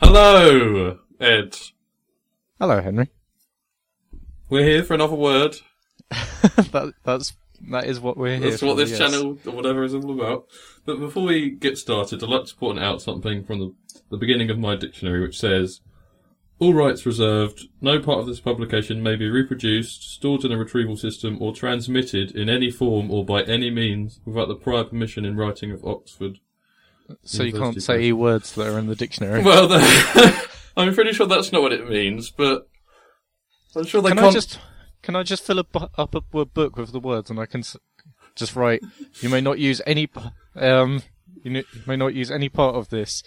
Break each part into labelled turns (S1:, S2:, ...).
S1: Hello, Ed.
S2: Hello, Henry.
S1: We're here for another word.
S2: that, that's that is what we're here.
S1: That's
S2: for,
S1: what this
S2: yes.
S1: channel or whatever is all about. But before we get started, I'd like to point out something from the, the beginning of my dictionary, which says, "All rights reserved. No part of this publication may be reproduced, stored in a retrieval system, or transmitted in any form or by any means without the prior permission in writing of Oxford."
S2: So you
S1: University
S2: can't say words that are in the dictionary.
S1: Well, the- I'm pretty sure that's not what it means, but I'm sure they
S2: can I
S1: can't.
S2: just can I just fill a bu- up a word book with the words, and I can s- just write. You may not use any p- um. You n- you may not use any part of this,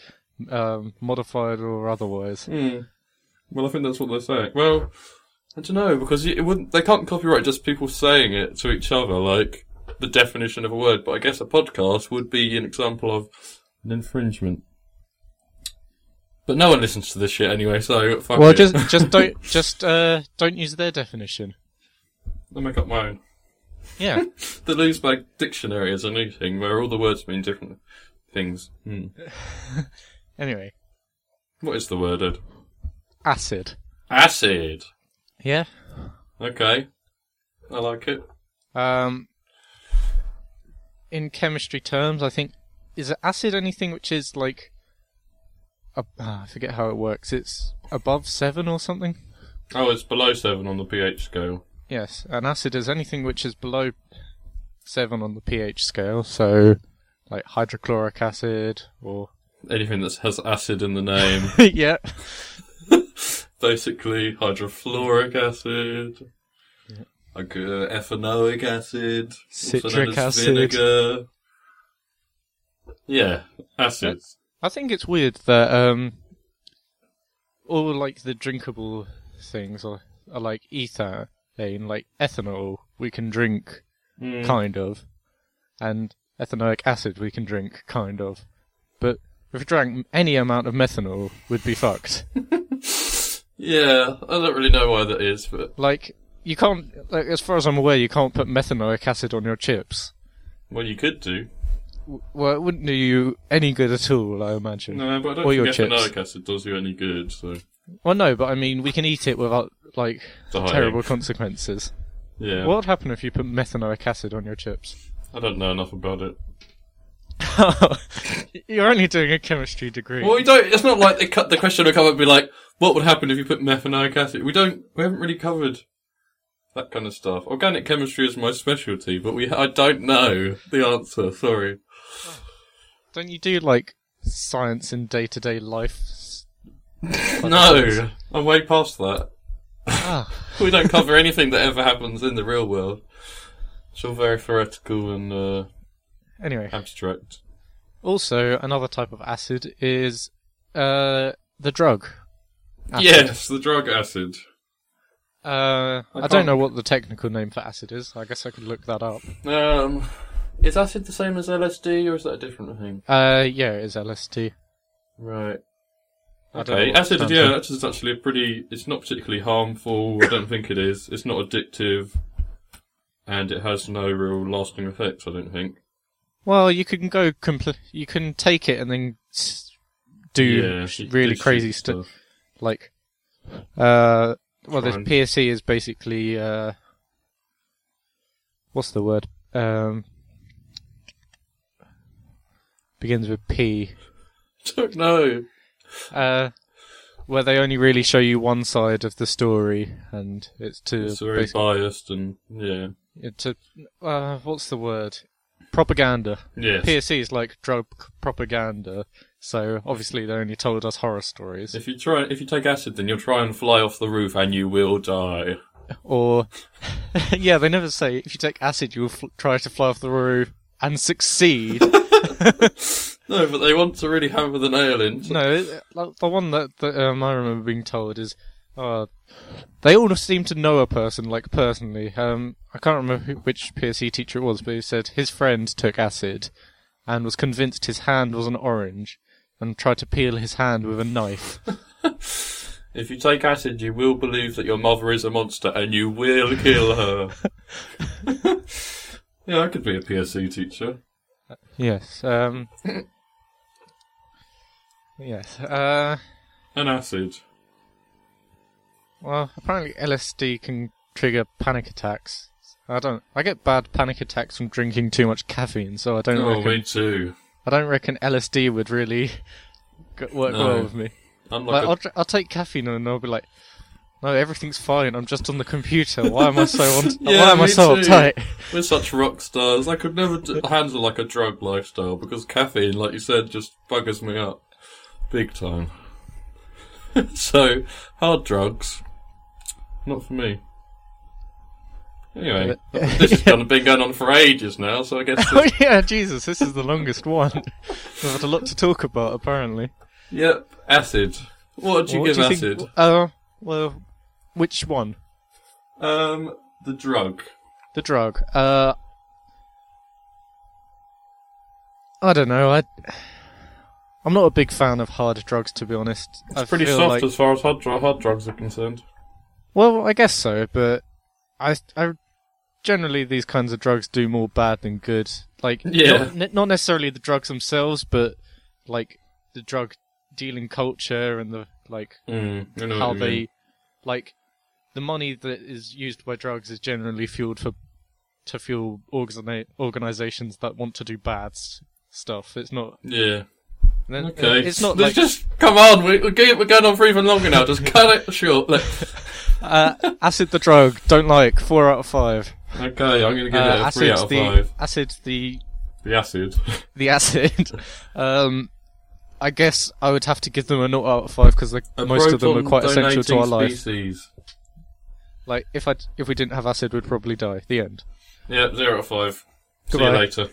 S2: um, modified or otherwise.
S1: Hmm. Well, I think that's what they're saying. Well, I don't know because it wouldn't. They can't copyright just people saying it to each other, like the definition of a word. But I guess a podcast would be an example of an infringement. But no one listens to this shit anyway, so fuck
S2: Well,
S1: it.
S2: just just don't just uh don't use their definition.
S1: I'll make up my own.
S2: Yeah,
S1: The Loosebag Dictionary is a new thing where all the words mean different things. Hmm.
S2: Anyway,
S1: What is the word, Ed?
S2: acid.
S1: Acid.
S2: Yeah.
S1: Okay. I like it.
S2: Um, in chemistry terms, I think is acid anything which is like, ab- ah, I forget how it works. It's above seven or something.
S1: Oh, it's below seven on the pH scale.
S2: Yes, an acid is anything which is below seven on the pH scale. So, like hydrochloric acid or
S1: Anything that has acid in the name.
S2: yeah,
S1: basically hydrofluoric acid, like, uh, ethanoic acid, also known
S2: Citric
S1: as
S2: acid.
S1: vinegar. Yeah, acids.
S2: I think it's weird that um, all like the drinkable things are, are like ethane, like ethanol. We can drink
S1: Mm.
S2: kind of, and ethanoic acid we can drink, kind of. But if we drank any amount of methanol, we'd be fucked.
S1: Yeah, I don't really know why that is, but
S2: Like, you can't, like, as far as I'm aware, you can't put methanoic acid on your chips.
S1: well, you could do.
S2: W- Well, it wouldn't do you any good at all, I imagine.
S1: No, but I don't
S2: Or your
S1: think
S2: chips.
S1: ethanoic acid does you any good. So
S2: Well, no, but I mean, we can eat it without, like,
S1: Dying.
S2: terrible consequences.
S1: yeah,
S2: What would happen if you put methanoic acid on your chips?
S1: I don't know enough about it.
S2: You're only doing a chemistry degree.
S1: Well, we don't. It's not like they cut the question will come up and be like, "What would happen if you put methanoic acid?" We don't. We haven't really covered that kind of stuff. Organic chemistry is my specialty, but we I don't know the answer. Sorry.
S2: Don't you do, like, science in day to day life?
S1: No, I'm way past that.
S2: Ah.
S1: We don't cover anything that ever happens in the real world. It's all very theoretical and uh,
S2: Anyway.
S1: abstract.
S2: Also, another type of acid is uh, the drug. Acid.
S1: Yes, the drug acid.
S2: Uh, I,
S1: can't-
S2: don't know what the technical name for acid is. I guess I could look that up.
S1: Um, is acid the same as LSD, or is that a different thing?
S2: Uh, yeah, it is LSD.
S1: Right.
S2: I don't know
S1: Okay,
S2: what it
S1: acid,
S2: stands
S1: yeah,
S2: for.
S1: acid is actually a pretty. It's not particularly harmful. I don't think it is. It's not addictive, and it has no real lasting effects. I don't think.
S2: Well, you can go compl- You can take it and then s- do
S1: yeah,
S2: sh-
S1: it- it
S2: really
S1: shoots
S2: crazy stuff.
S1: stuff.
S2: Like, uh, well, this
S1: Fine.
S2: PSC is basically uh, what's the word? Um, begins with P.
S1: Don't know.
S2: uh, where they only really show you one side of the story, and it's to
S1: It's very
S2: basi-
S1: biased and yeah,
S2: it's to uh, what's the word? Propaganda.
S1: yes.
S2: PSC is like drug propaganda, so obviously they only told us horror stories,
S1: If you try, if you take acid, then you'll try and fly off the roof, and you will die.
S2: or yeah, they never say if you take acid you will fl- try to fly off the roof and succeed.
S1: No, but they want to really hammer the nail in.
S2: No, it- like, the one that, that um, I remember being told is, uh, they all seem to know a person, like personally. Um, I can't remember who, which PSC teacher it was, but he said his friend took acid and was convinced his hand was an orange and tried to peel his hand with a knife.
S1: If you take acid, you will believe that your mother is a monster and you will kill her. yeah, I could be a PSC teacher.
S2: yes. Um, yes. Uh,
S1: an acid.
S2: Well, apparently LSD can trigger panic attacks. I don't. I get bad panic attacks from drinking too much caffeine, so I don't.
S1: Oh,
S2: reckon,
S1: me too.
S2: I don't reckon LSD would really g- work
S1: No.
S2: well with me.
S1: I'm
S2: Like,
S1: like,
S2: I'll, dr- I'll take caffeine and I'll be like, no, everything's fine. I'm just on the computer. Why am I so on?
S1: Yeah,
S2: why am I
S1: me
S2: so
S1: too.
S2: uptight?
S1: a- we're such rock stars. I could never d- handle like a drug lifestyle because caffeine, like you said, just buggers me up big time. so hard drugs, not for me. Anyway, this has done, been going on for ages now, so I guess
S2: oh yeah, Jesus, this is the longest one. We've had a lot to talk about, apparently.
S1: Yep, acid. What did you
S2: What
S1: give
S2: do you
S1: acid?
S2: Think, uh, well, which one?
S1: Um, the drug.
S2: The drug. Uh, I don't know. I, I'm not a big fan of hard drugs, to be honest. I
S1: Pretty
S2: feel
S1: soft
S2: like-
S1: as far as hard, dr- hard drugs are concerned.
S2: well, I guess so, but I, I, generally these kinds of drugs do more bad than good. Like,
S1: Yeah.
S2: not, ne- not necessarily the drugs themselves, but like the drug dealing culture and the like
S1: Mm, I know
S2: how
S1: what you mean.
S2: they like the money that is used by drugs is generally fueled for to fuel organi- organizations that want to do bad s- stuff. It's not.
S1: Yeah.
S2: then-
S1: Okay.
S2: It's not
S1: Let's
S2: like
S1: just come on. We, we're going we're going on for even longer now. Just cut it short. Look.
S2: uh, acid the drug. Don't like four out of five.
S1: Okay, I'm going to give
S2: Uh,
S1: it a three
S2: acid
S1: out of
S2: the
S1: five.
S2: acid the
S1: The acid.
S2: the acid. um, I guess I would have to give them a naught out of five because most of them are
S1: Proton
S2: quite essential to
S1: donating
S2: our life.
S1: Species.
S2: Like if I if we didn't have acid, we'd probably die. The end.
S1: Yeah, zero out of five. See
S2: Goodbye.
S1: you later.